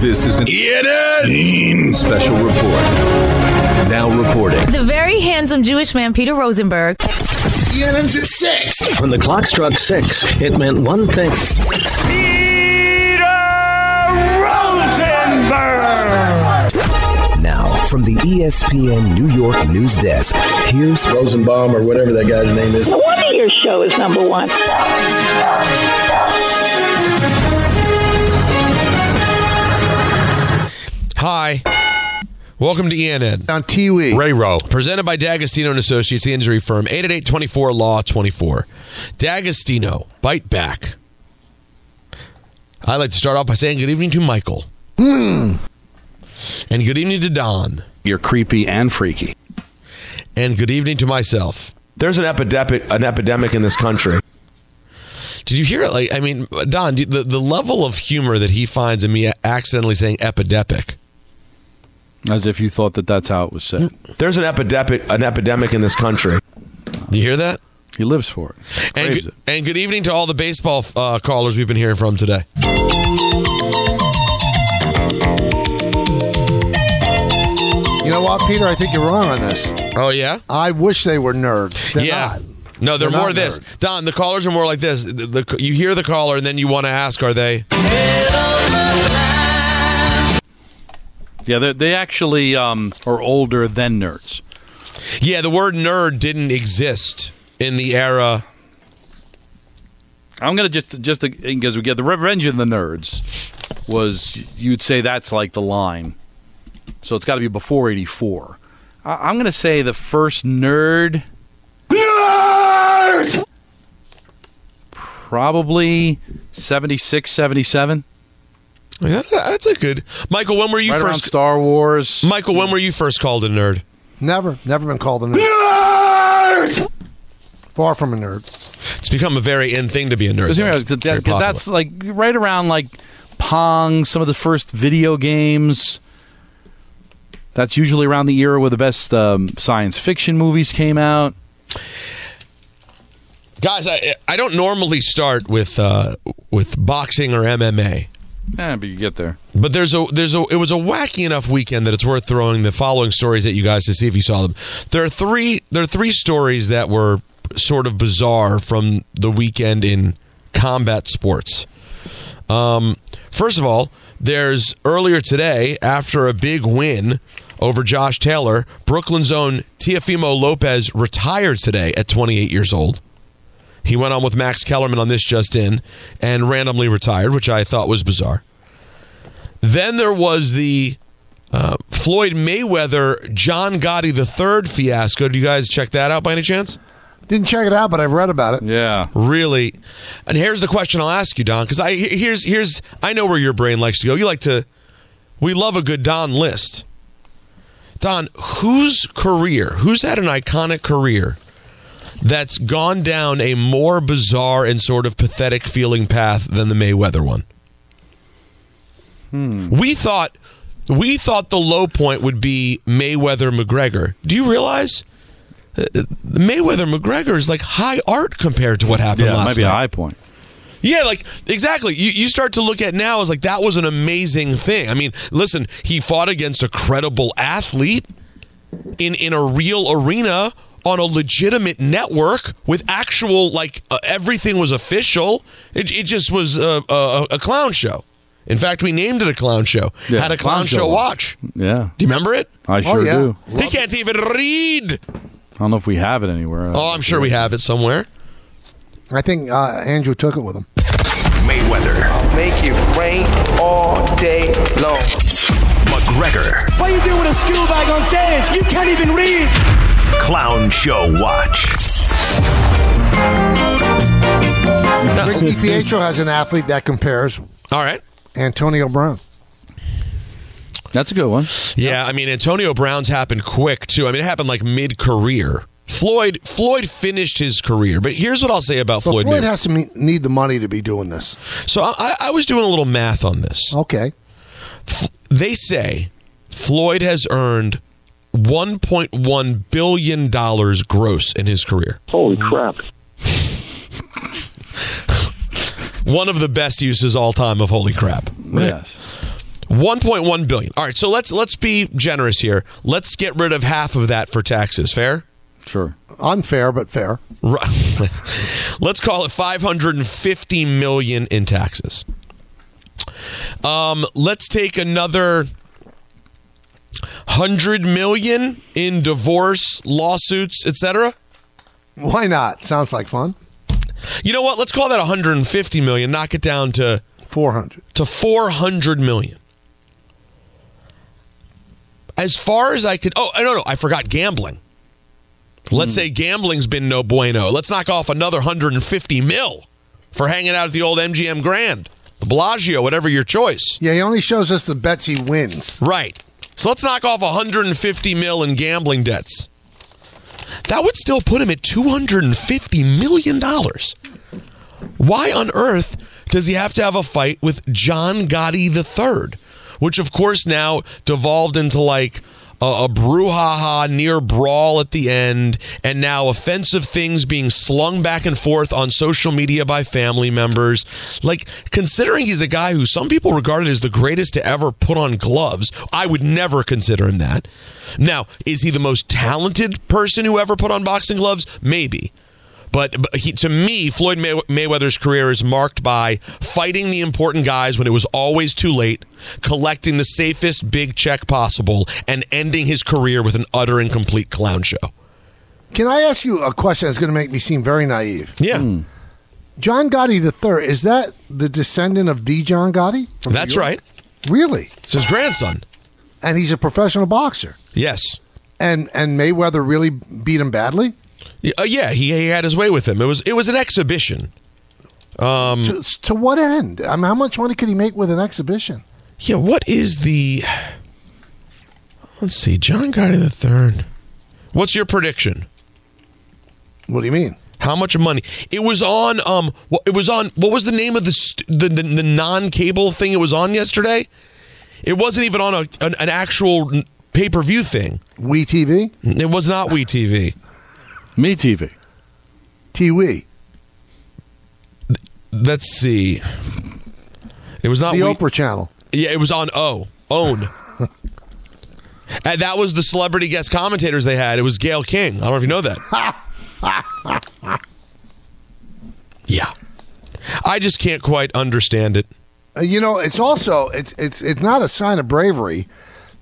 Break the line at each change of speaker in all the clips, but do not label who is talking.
This is an Eden special report. Now reporting.
The very handsome Jewish man, Peter Rosenberg.
ENN's at 6.
When the clock struck six, it meant one thing.
Now, from the
E
ESPN New York news desk, here's
Rosenbaum or whatever that guy's name is.
No wonder your show is number one.
Hi. Welcome to ENN.
On Tiwi.
Ray Rowe, presented by D'Agostino and Associates, the injury firm, 888-24 Law 24. D'Agostino, bite back. I'd like to start off by saying good evening to Michael.
Hmm.
And good evening to Don.
You're creepy and freaky.
And good evening to myself.
There's an epidemic, an epidemic in this country.
Did you hear it? Like, I mean, Don, do- the, the level of humor that he finds in me accidentally saying epidemic.
As if you thought that that's how it was
Hmm.
said.
There's an epidemic, an epidemic in this country.
You hear that?
He lives for it.
And,
Craves
good, and good evening to all the baseball uh, callers we've been hearing from today.
You know what, Peter? I think you're wrong on this.
Oh, yeah?
I wish they were nerds. They're
yeah.
not.
No, they're,
They're
more
not
this. Don, the callers are more like this. The, the- you hear the caller and then you want to ask, are they?
it. Yeah, they, they actually um, are older than nerds.
Yeah, the word nerd didn't exist in the era.
I'm gonna just just because we get the revenge of the nerds was you'd say that's like the line, so it's got to be before '84. I, I'm gonna say the first nerd. Nerd. Probably 76, 77.
Yeah, that's a good. Michael, when were you
right around
first?
Star Wars.
Michael, when were you first called a nerd?
Never, never been called a nerd. Far from a nerd.
It's become a very in thing to be a nerd. though.
Because
It's very popular.
that's like right around like Pong, some of the first video games. That's usually around the era where the best um, science fiction movies came out.
guys. I I don't normally start with uh, with boxing or MMA.
Eh, but you get there.
But there's a there's a it was a wacky enough weekend that it's worth throwing the following stories at you guys to see if you saw them. There are three there are three stories that were sort of bizarre from the weekend in combat sports. Um, first of all, there's earlier today after a big win over Josh Taylor, Brooklyn's own Tiafimo Lopez retired today at 28 years old. He went on with Max Kellerman on this just in and randomly retired, which I thought was bizarre. Then there was the uh, Floyd Mayweather John Gotti III fiasco. Did you guys check that out by any chance?
Didn't check it out, but I've read about it.
Yeah.
Really? And here's the question I'll ask you, Don, because I here's here's I know where your brain likes to go. You like to. We love a good Don list. Don, whose career, who's had an iconic career that's gone down a more bizarre and sort of pathetic feeling path than the Mayweather one?
Hmm.
We thought we thought the low point would be Mayweather McGregor. Do you realize uh, uh, Mayweather McGregor is like high art compared to what happened
Yeah, it
last
might be a
night?
high point.
Yeah, like exactly. You, you start to look at now as like that was an amazing thing. I mean, listen, he fought against a credible athlete in in a real arena on a legitimate network with actual like uh, everything was official. It, it just was a, a, a clown show. In fact, we named it a clown show.
Yeah,
Had a clown, show, watch.
Yeah.
Do you remember it?
I sure
yeah.
do.
he can't even read.
I don't know if we have it anywhere.
Oh, I'm sure we have it somewhere.
I think uh, Andrew took it with him.
Mayweather,
Make it rain all day long.
McGregor,
What are you doing with a school bag on stage? You can't even read.
Clown Show Watch.
Ricky Pietro has an athlete that compares.
All right.
Antonio Brown.
That's a good one.
Yeah, I mean Antonio Brown's happened quick too. I mean it happened like mid career. Floyd Floyd finished his career, but here's what I'll say about
But
Floyd.
Floyd
Mayweather.
has to me- need the money to be doing this.
So I- I, I was doing a little math on this.
Okay.
F- they say Floyd has earned 1.1 billion dollars gross in his career.
Holy crap.
One of the best uses all time of holy crap.
Yes.
1.1 billion. All right, so let's let's be generous here. Let's get rid of half of that for taxes. Fair?
Sure.
Unfair, but fair.
Right. Let's call it 550 million in taxes. Um, let's take another 100 million in divorce lawsuits, etc.
Why not? Sounds like fun.
You know what? Let's call that 150 million. Knock it down to
400.
To 400 million. As far as I could Oh, no no, I forgot gambling. Let's say gambling's been no bueno. Let's knock off another 150 mil for hanging out at the old MGM Grand, the Bellagio, whatever your choice.
Yeah, he only shows us the bets he wins.
Right. So let's knock off 150 mil in gambling debts. That would still put him at 250 million dollars. Why on earth does he have to have a fight with John Gotti III, which of course now devolved into like a, a brouhaha near brawl at the end, and now offensive things being slung back and forth on social media by family members. Like, considering he's a guy who some people regarded as the greatest to ever put on gloves, I would never consider him that. Now, is he the most talented person who ever put on boxing gloves? Maybe. But, but he, to me, Floyd May- Mayweather's career is marked by fighting the important guys when it was always too late, collecting the safest big check possible, and ending his career with an utter and complete clown show.
Can I ask you a question that's going to make me seem very naive?
Yeah.
John Gotti III, is that the descendant of the John Gotti? from
That's
New York?
right.
Really?
It's his grandson.
And he's a professional boxer.
Yes.
And and Mayweather really beat him badly?
Yeah, uh, yeah, he, he had his way with him. It was it was an exhibition. Um,
To, to what end? I mean, how much money could he make with an exhibition?
Yeah, what is the. Let's see, John Gotti the third. What's your prediction?
What do you mean?
How much money? It was on. Um, wh- it was on. What was the name of the st- the, the, the non cable thing it was on yesterday? It wasn't even on a an, an actual pay per view thing.
We TV?
It was not We TV.
Me TV.
TV.
Let's see. It was not
The
We-
Oprah Channel.
Yeah, it was on O. Own. and that was the celebrity guest commentators they had. It was Gail King. I don't know if you know that. yeah. I just can't quite understand it.
Uh, You know, it's also it's it's it's not a sign of bravery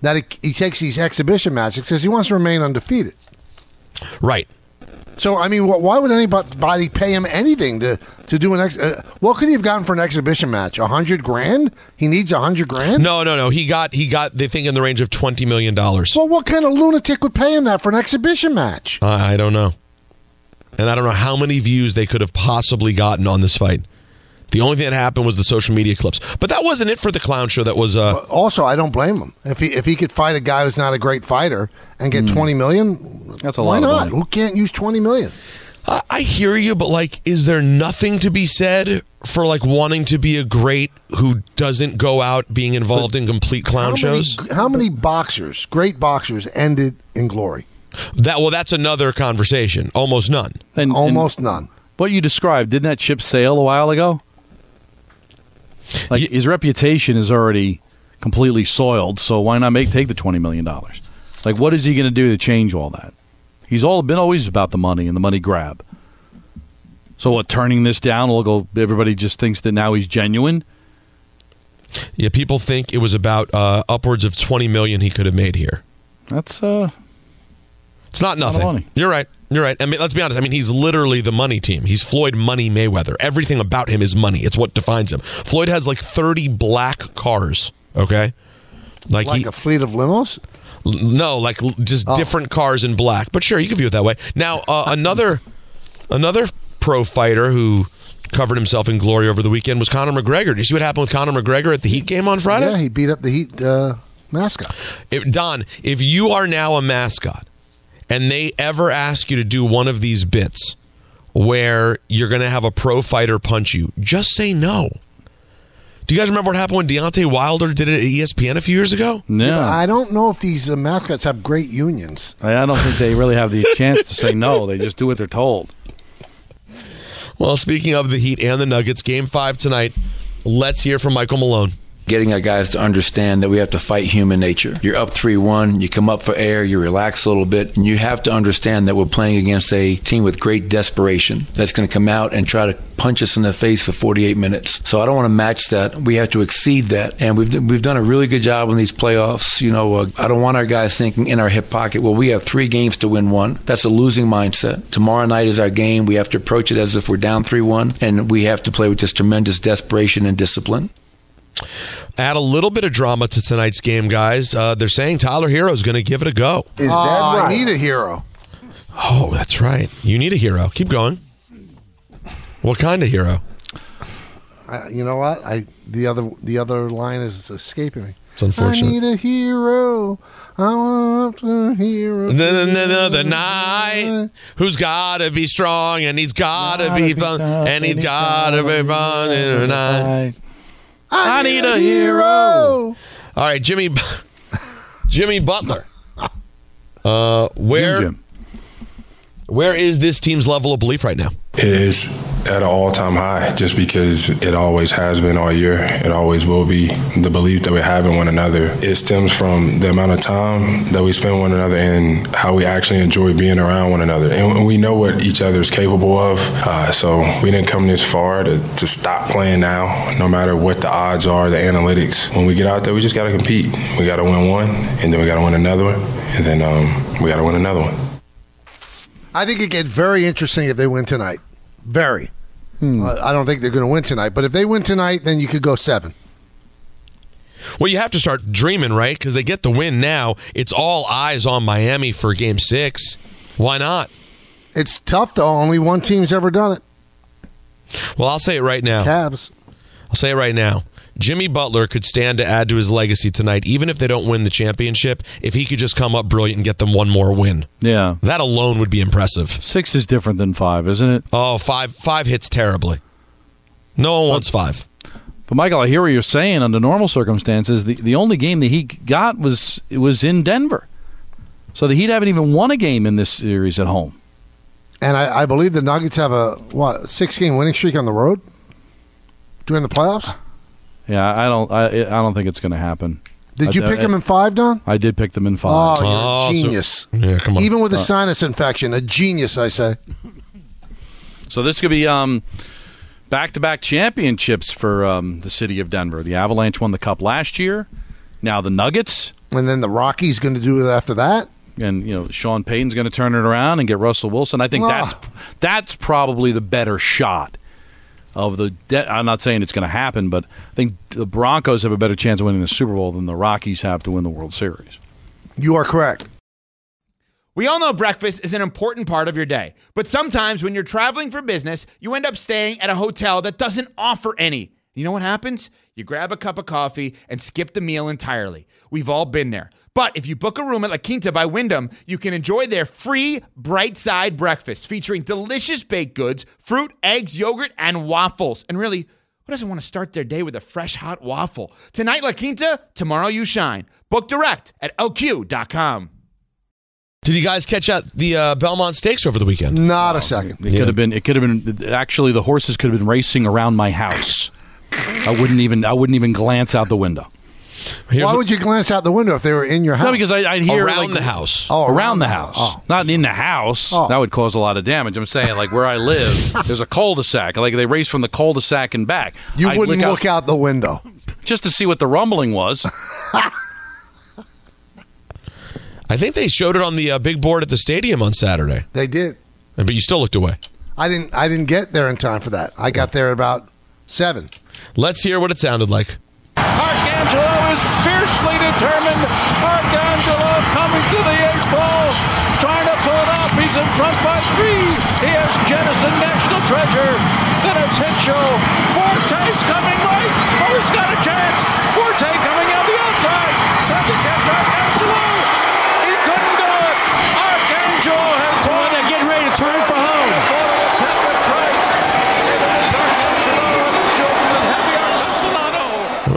that he, he takes these exhibition matches because he wants to remain undefeated.
Right.
So I mean, wh- why would anybody pay him anything to to do an ex? Uh, what could he have gotten for an exhibition match? A hundred grand? He needs a hundred grand.
No, no, no. He got he got they think in the range of 20 million dollars.
Well, what kind of lunatic would pay him that for an exhibition match?
I, I don't know. And I don't know how many views they could have possibly gotten on this fight. The only thing that happened was the social media clips. But that wasn't it for the clown show. That was uh
Also, I don't blame him if he if he could fight a guy who's not a great fighter and get twenty million.
That's
Hmm. a
why
lot of
not?
money.
Who can't use twenty million?
I, I hear you, but like, is there nothing to be said for like wanting to be a great who doesn't go out being involved in complete clown
how
shows?
Many, how many boxers, great boxers, ended in glory?
That well, that's another conversation. Almost none.
And,
Almost none.
What you described, didn't that ship sail a while ago? Like his reputation is already completely soiled, so why not make take the twenty million dollars? Like what is he gonna do to change all that? He's all been always about the money and the money grab. So what turning this down will go everybody just thinks that now he's genuine?
Yeah, people think it was about uh, upwards of twenty million he could have made here.
That's uh
It's not nothing. You're right. You're right. I mean, let's be honest. I mean, he's literally the money team. He's Floyd Money Mayweather. Everything about him is money. It's what defines him. Floyd has like 30 black cars. Okay, like,
Like
he,
a fleet of limos.
L- No, like l-
Oh.
just different cars in black. But sure, you can view it that way. Now, uh, another another pro fighter who covered himself in glory over the weekend was Conor McGregor. Did you see what happened with Conor McGregor at the Heat game on Friday?
Yeah, he beat up the Heat uh, mascot.
It, Don, if you are now a mascot and they ever ask you to do one of these bits where you're going to have a pro fighter punch you, just say no. Do you guys remember what happened when Deontay Wilder did it at E ESPN a few years ago?
Yeah, but I don't know if these uh, mascots have great unions.
I I don't think they really have the chance to say no. They just do what they're told.
Well, speaking of the Heat and the Nuggets, game five tonight, let's hear from Michael Malone.
Getting our guys to understand that we have to fight human nature. You're up 3 1, you come up for air, you relax a little bit, and you have to understand that we're playing against a team with great desperation that's going to come out and try to punch us in the face for 48 minutes. So I don't want to match that. We have to exceed that. And we've, we've done a really good job in these playoffs. You know, uh, I don't want our guys thinking in our hip pocket, well, we have three games to win one. That's a losing mindset. Tomorrow night is our game. We have to approach it as if we're down 3 1, and we have to play with this tremendous desperation and discipline.
Add a little bit of drama to tonight's game, guys. Uh, they're saying Tyler Hero's going to give it a go.
Is that right? Ah, I need a hero.
Oh, that's right. You need a hero. Keep going. What kind of hero?
I, you know what? I the other the other line is escaping me.
It's unfortunate.
I need a hero. I want a hero.
The, the, the, the, the knight who's got to be strong and he's got to be, fun and he's got to be fun tonight.
I need a hero.
All right, Jimmy Jimmy Butler. Uh, where
Jim.
where is this team's level of belief right now?
It is at an all time high just because it always has been all year. It always will be. The belief that we have in one another, it stems from the amount of time that we spend with one another and how we actually enjoy being around one another. And we know what each other is capable of. Uh, so we didn't come this far to, to stop playing now, no matter what the odds are, the analytics. When we get out there, we just got to compete. We got to win one, and then we got to win another one, and then um, we got to win another one.
I think it gets very interesting if they win tonight. Very. Uh, I I don't think they're going to win tonight, but if they win tonight, then you could go seven.
Well, you have to start dreaming, right? Because they get the win now. It's all eyes on Miami for Game Six. Why not?
It's tough though. Only one team's ever done it.
Well, I'll say it right now.
Cavs.
I'll say it right now. Jimmy Butler could stand to add to his legacy tonight, even if they don't win the championship. If he could just come up brilliant and get them one more win,
Yeah.
that alone would be impressive.
Six is different than five, isn't it?
Oh, five five hits terribly. No one wants five.
But Michael, I hear what you're saying. Under normal circumstances, the, the only game the Heat got was it was in Denver, so the Heat haven't even won a game in this series at home.
And I, I believe the Nuggets have a what six game winning streak on the road during the playoffs.
Yeah, I don't. I, I don't think it's going to happen.
Did you
I,
pick
I,
them in five, Don?
I did pick them in
Oh,
five.
you're
Oh,
a
so-
genius.
Yeah, come on.
Even
Uh,
with a sinus infection, a genius, I say.
So this could be um, back-to-back championships for um, the city of Denver. The Avalanche won the cup last year. Now the Nuggets,
And then the Rockies going to do it after that.
and you know Sean Payton's going to turn it around and get Russell Wilson. I think
Ah.
that's that's probably the better shot of the. De- I'm not saying it's going to happen, but I think the Broncos have a better chance of winning the Super Bowl than the Rockies have to win the World Series.
You are correct.
We all know breakfast is an important part of your day, but sometimes when you're traveling for business, you end up staying at a hotel that doesn't offer any. You know what happens? You grab a cup of coffee and skip the meal entirely. We've all been there. But if you book a room at La Quinta by Wyndham, you can enjoy their free bright side breakfast featuring delicious baked goods, fruit, eggs, yogurt, and waffles. And really, who doesn't want to start their day with a fresh hot waffle? Tonight, La Quinta, tomorrow, you shine. Book direct at lq.com.
Did you guys catch out the uh, Belmont Stakes over the weekend?
Not a second.
It could have been. It could have been. Actually, the horses could have been racing around my house. I wouldn't even. I wouldn't even glance out the window.
Here's
Why
what-
would you glance out the window if they were in your house?
No, because I, I'd hear
around
like,
the house.
Oh,
around, the house, not in the house.
Oh.
That would cause a lot of damage. I'm saying like where I live, there's a cul-de-sac. Like they race from the cul-de-sac and back.
You
I'd
wouldn't look, out the window.
just to see what the rumbling was.
I think they showed it on the uh, big board at the stadium on Saturday,
They did.
but you still looked away.
I didn't. I didn't get there in time for that. I got there about seven.
Let's hear what it sounded like.
Arcangelo is fiercely determined. Arcangelo coming to the eight ball, trying to pull it off. He's in front by three. He has Jennison National Treasure. Then it's Sancho. Forte's coming right. Oh, he's got a chance. Forte coming out the outside. Second catch, Arcangelo. He couldn't do it. Arcangelo has won. They're getting ready to turn for home.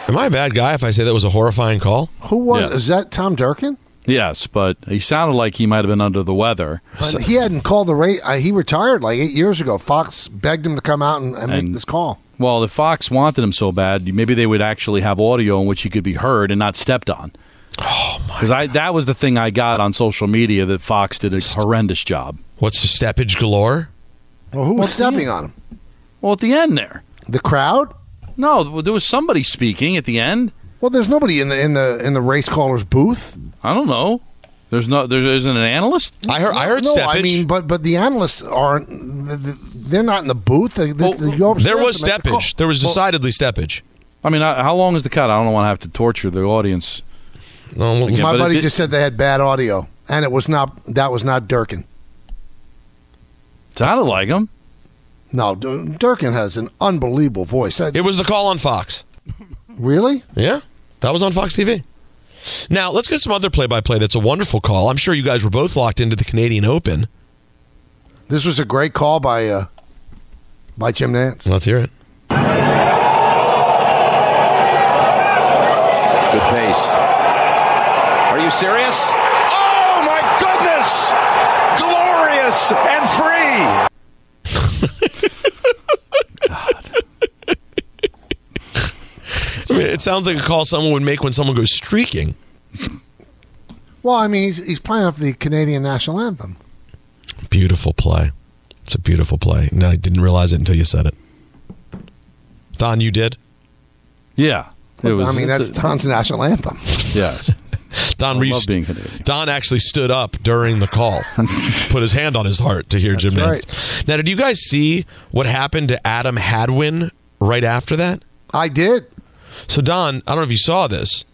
Am I a bad guy if I say that was a horrifying call?
Who was? Is that Tom Durkin?
Yes, but he sounded like he might have been under the weather.
And he hadn't called the rate. Uh, he retired like eight years ago. Fox begged him to come out and, and make this call.
Well, if Fox wanted him so bad, maybe they would actually have audio in which he could be heard and not stepped on. Oh my! Because I that was the thing I got on social media that Fox did a horrendous job.
What's the steppage galore?
Well, who was stepping on him?
Well, at the end there,
the crowd.
No, there was somebody speaking at the end.
Well, there's nobody in the in the in the race caller's booth.
I don't know. There's no there isn't an analyst.
no, I mean, but but the analysts aren't. th- th- They're not in the booth. They, they, they go upstairs
There was
to make the call.
steppage. There was
Well,
decidedly steppage.
I mean, I, how long is the cut? I don't want to have to torture the audience. Again,
my
but it
buddy
did-
just said they had bad audio, and it was not that was not Durkin.
sounded like him.
No, Dur- Durkin has an unbelievable voice. I-
It was the call on Fox.
really?
Yeah, that was on Fox TV. Now let's get some other play-by-play. That's a wonderful call. I'm sure you guys were both locked into the Canadian Open.
This was a great call by uh, by Jim Nance.
Let's hear it.
Good pace. Are you serious? Oh my goodness! Glorious and free.
I mean, it sounds like a call someone would make when someone goes streaking.
Well, I mean, he's, he's playing off the Canadian national anthem.
Beautiful play. It's a beautiful play. No, I didn't realize it until you said it. Don, you did.
Yeah, it was.
I mean,
it's
that's Don's national anthem.
a- yes.
Don
I
Reeves.
love being Canadian.
Don actually stood up during the call, put his hand on his heart to hear Jim Nance. Now, did you guys see what happened to Adam Hadwin right after that?
I did.
So, Don, I don't know if you saw this.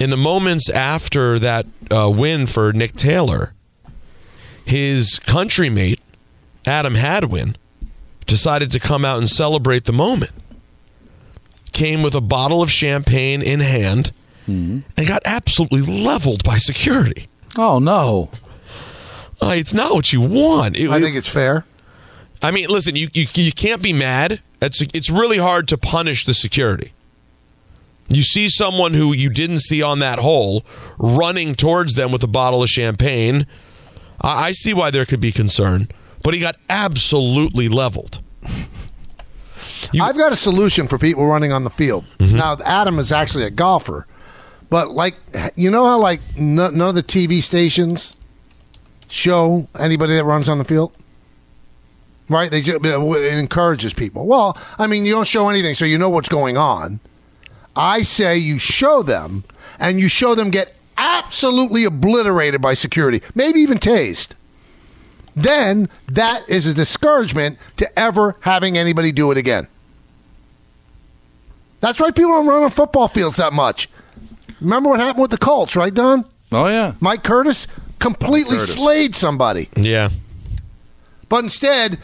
In the moments after that uh, win for Nick Taylor, his countrymate, Adam Hadwin, decided to come out and celebrate the moment. Came with a bottle of champagne in hand and got absolutely leveled by security. Uh,
Oh, no.
it's not what you want. It-
I think it's fair.
I mean, listen, you, you, you can't be mad. It's, it's really hard to punish the security. You see someone who you didn't see on that hole running towards them with a bottle of champagne. I, I see why there could be concern, but he got absolutely leveled.
I've got a solution for people running on the field. Now, Adam is actually a golfer, but like, you know how like n- none of the TV stations show anybody that runs on the field, right? They just, it encourages people. Well, I mean, you don't show anything, so you know what's going on. I say you show them, and you show them get absolutely obliterated by security, maybe even tased. Then that is a discouragement to ever having anybody do it again. That's why people don't run on football fields that much. Remember what happened with the Colts, right, Don?
Oh yeah,
Mike Curtis completely
Curtis.
slayed somebody.
Yeah.
But instead,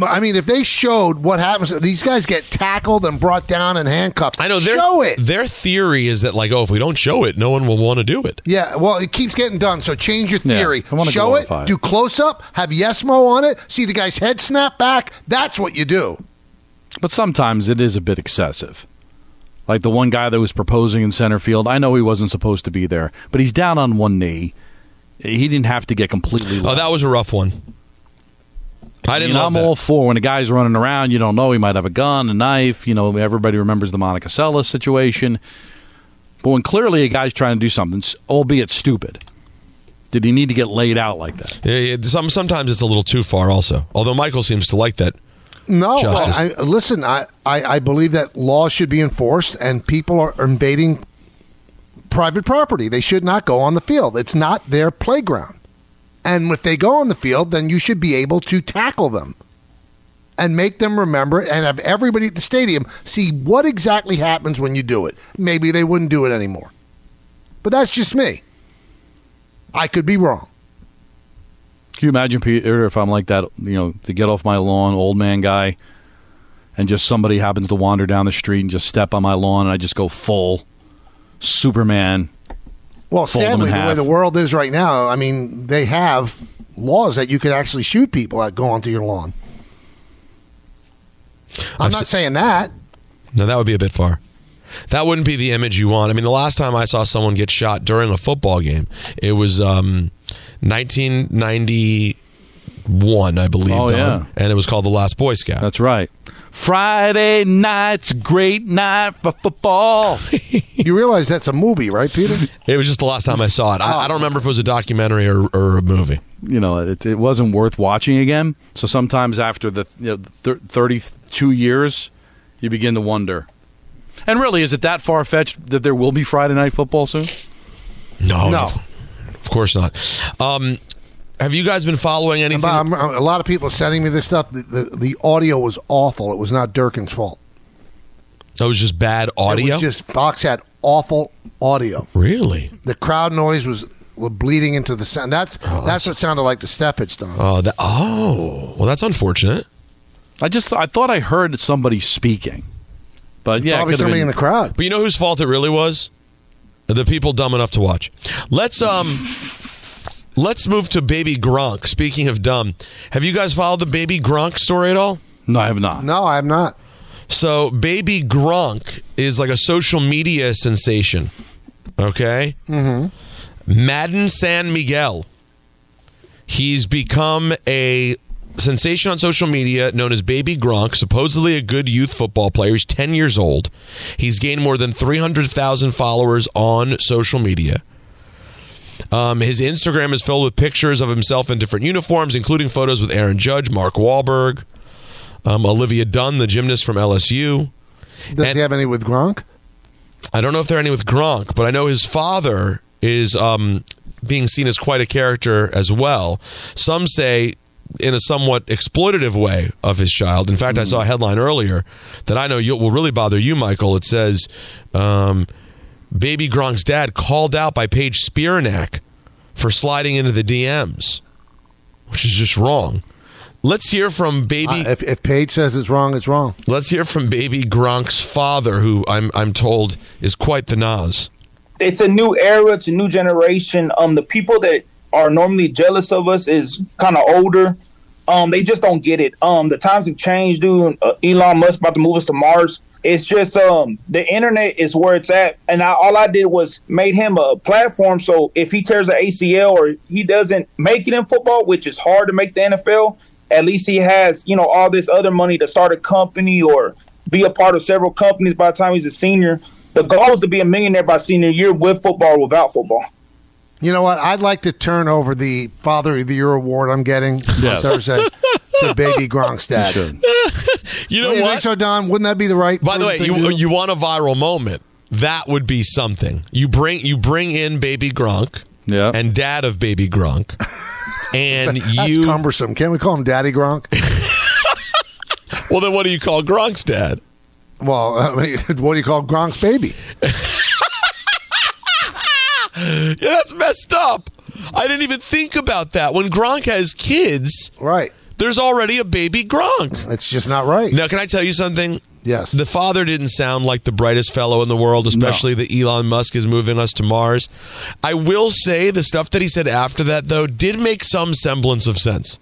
I mean, if they showed what happens, these guys get tackled and brought down and handcuffed.
I know their,
Show it.
their theory is that, like, oh, if we don't show it, no one will want to do it.
Yeah, well, it keeps getting done. So change your
Yeah,
theory.
I wanna
Show it,
glorify it.
do close up, have Yesmo on it, see the guy's head snap back. That's what you do.
But sometimes it is a bit excessive. Like the one guy that was proposing in center field, I know he wasn't supposed to be there, but he's down on one knee. He didn't have to get completely.
Oh, that was a rough one. I didn't
mean,
love
I'm
that.
all for when a guy's running around, you don't know he might have a gun, a knife. You know, everybody remembers the Monica Seles situation. But when clearly a guy's trying to do something, s- albeit stupid, did he need to get laid out like that?
Yeah, yeah, some, sometimes it's a little too far, also. Although Michael seems to like that.
No,
Justice.
I, I- listen, I, I, I believe that laws should be enforced and people are invading private property. They should not go on the field. It's not their playground. And if they go on the field, then you should be able to tackle them and make them remember it and have everybody at the stadium see what exactly happens when you do it. Maybe they wouldn't do it anymore. But that's just me. I could be wrong.
Can you imagine, Peter, if I'm like that, you know, the get off my lawn old man guy, and just somebody happens to wander down the street and just step on my lawn, and I just go full Superman.
Well,
fold them in
sadly, the way
half.
the world is right now, I mean, they have laws that you could actually shoot people that go onto your lawn. I'm
I've
not
s-
saying that.
No, that would be a bit far. That wouldn't be the image you want. I mean, the last time I saw someone get shot during a football game, it was um, 1991, I believe,
Oh,
Don,
yeah.
and it was called The Last Boy Scout.
That's right. Friday night's a great night for football.
you realize that's a movie, right, Peter?
It was just the last time I saw it. I, I don't remember if it was a documentary or, or a movie.
you know, it, it wasn't worth watching again. So sometimes after the you know, thir- 32 years, you begin to wonder. And really, is it that far fetched that there will be Friday night football soon?
No, no, of course not. Um, have you guys been following anything?
But I'm, I'm- a lot of people are sending me this stuff. The, the, the audio was awful. It was not Durkin's fault.
That was just bad
It
audio.
was just Fox had awful audio.
really?
The crowd noise was were bleeding into the sound. That's
Oh,
that's what sounded like the steppage, Don.
Oh, that, oh, well, that's unfortunate.
I just I thought I heard somebody speaking, but yeah, it
Probably
could've
somebody
been-
in the crowd.
But you know whose fault it really was? The people dumb enough to watch. Let's um let's move to baby Gronk. Speaking of dumb, have you guys followed the baby Gronk story at all?
No, I have not.
No, I have not.
So baby Gronk is like a social media sensation. Okay?
Mm-hmm.
Madden San Miguel. He's become a sensation on social media known as Baby Gronk, supposedly a good youth football player. He's 10 years old. He's gained more than 300,000 followers on social media. Um, his Instagram is filled with pictures of himself in different uniforms, including photos with Aaron Judge, Mark Wahlberg, um, Olivia Dunn, the gymnast from LSU.
Does he have any with Gronk?
I don't know if there are any with Gronk, but I know his father is um, being seen as quite a character as well. Some say in a somewhat exploitative way of his child. In fact, I saw a headline earlier that I know you, will really bother you, Michael. It says, um, "Baby Gronk's dad called out by Paige Spiranak for sliding into the DMs," which is just wrong. Let's hear from baby.
if, if Paige says it's wrong, it's wrong.
Let's hear from baby Gronk's father, who I'm I'm told is quite the Nas.
it's a new era, it's a new generation. Um, the people that are normally jealous of us is kind of older. Um, they just don't get it. Um, the times have changed, dude. Uh, Elon Musk about to move us to Mars. It's just um, the internet is where it's at, and I, all I did was made him a platform. So if he tears an ACL or he doesn't make it in football, which is hard to make the NFL, at least he has you know all this other money to start a company or be a part of several companies by the time he's a senior. The goal is to be a millionaire by senior year with football or without football.
You know what? I'd like to turn over the Father of the Year award I'm getting
Yeah.
on Thursday to Baby Gronk's dad.
You know
do you
what?
think so, Don? Wouldn't that be the right?
By the way,
thing to
you
do?
you want a viral moment? That would be something. You bring you bring in baby Gronk,
yeah,
and dad of baby Gronk, and
That's
you.
cumbersome. Can we call him Daddy Gronk?
Well, then what do you call Gronk's dad?
Well, I mean, what do you call Gronk's baby?
Yeah, that's messed up. I didn't even think about that. When Gronk has kids,
right?
There's already a baby Gronk.
It's just not right.
Now, can I tell you something?
Yes.
The father didn't sound like the brightest fellow in the world, especially that Elon Musk is moving us to Mars. I will say the stuff that he said after that, though, did make some semblance of sense.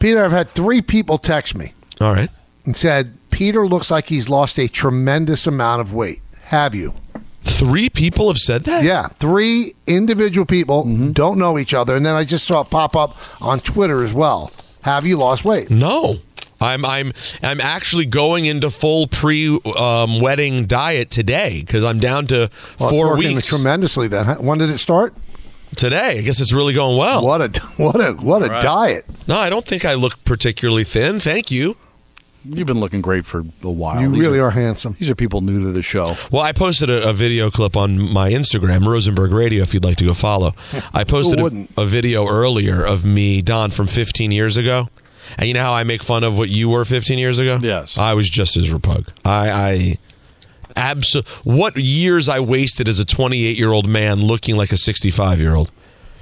Peter, I've had three people text me
All right.
and said Peter looks like he's lost a tremendous amount of weight. Have you?
Three people have said that.
Yeah, three individual people
Mm-hmm.
don't know each other, and then I just saw it pop up on Twitter as well. Have you lost weight?
No. I'm I'm I'm actually going into full pre um, wedding diet today because I'm down to
Well, it's
four
working
weeks
tremendously. Then huh? when did it start?
today. I guess it's really going
Oh.
well.
What a what a what a diet!
No, I don't think I look particularly thin. Thank you.
You've been looking great for a while.
You
These
really are handsome.
These are people new to the show.
Well, I posted a, a video clip on my Instagram, Rosenberg Radio, if you'd like to go follow. I posted a,
wouldn't?
a video earlier of me, Don, from 15 years ago. And you know how I make fun of what you were 15 years ago? Yes. I was just as repug. I, I abso- what years I wasted as a 28 year old man looking like a 65 year old.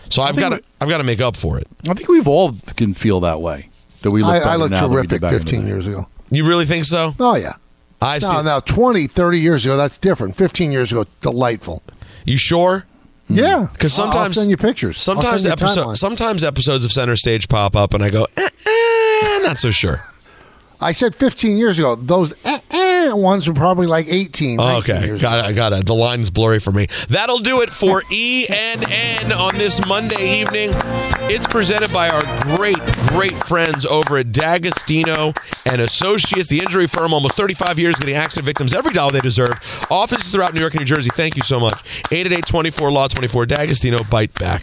So I've
think
got to,
we-
I've got to make up for it.
I think we've all can feel that way. That we look
I,
better
I looked
now than we did
terrific
back in the
15
day.
years ago.
You really think so?
Oh yeah.
I've
no,
seen-
now 20, 30 years ago, that's different. 15 years ago, delightful.
You sure?
Hmm.
Yeah.
Because
I'll- I'll
sometimes
send you pictures. I'll
Sometimes
send you
episodes.
timeline.
Sometimes episodes of Center Stage pop up, and I go, eh, eh, not so sure.
I said 15 years ago. Those eh, eh, ones were probably like 18.
Oh,
19
okay,
years
got it. I got it. The line's blurry for me. That'll do it for E and N on this Monday evening. It's presented by our great, great friends over at D'Agostino and Associates, the injury firm, almost 35 years getting accident victims every dollar they deserve. Offices throughout New York and New Jersey. Thank you so much. 888-24 Law 24 D'Agostino Bite Back.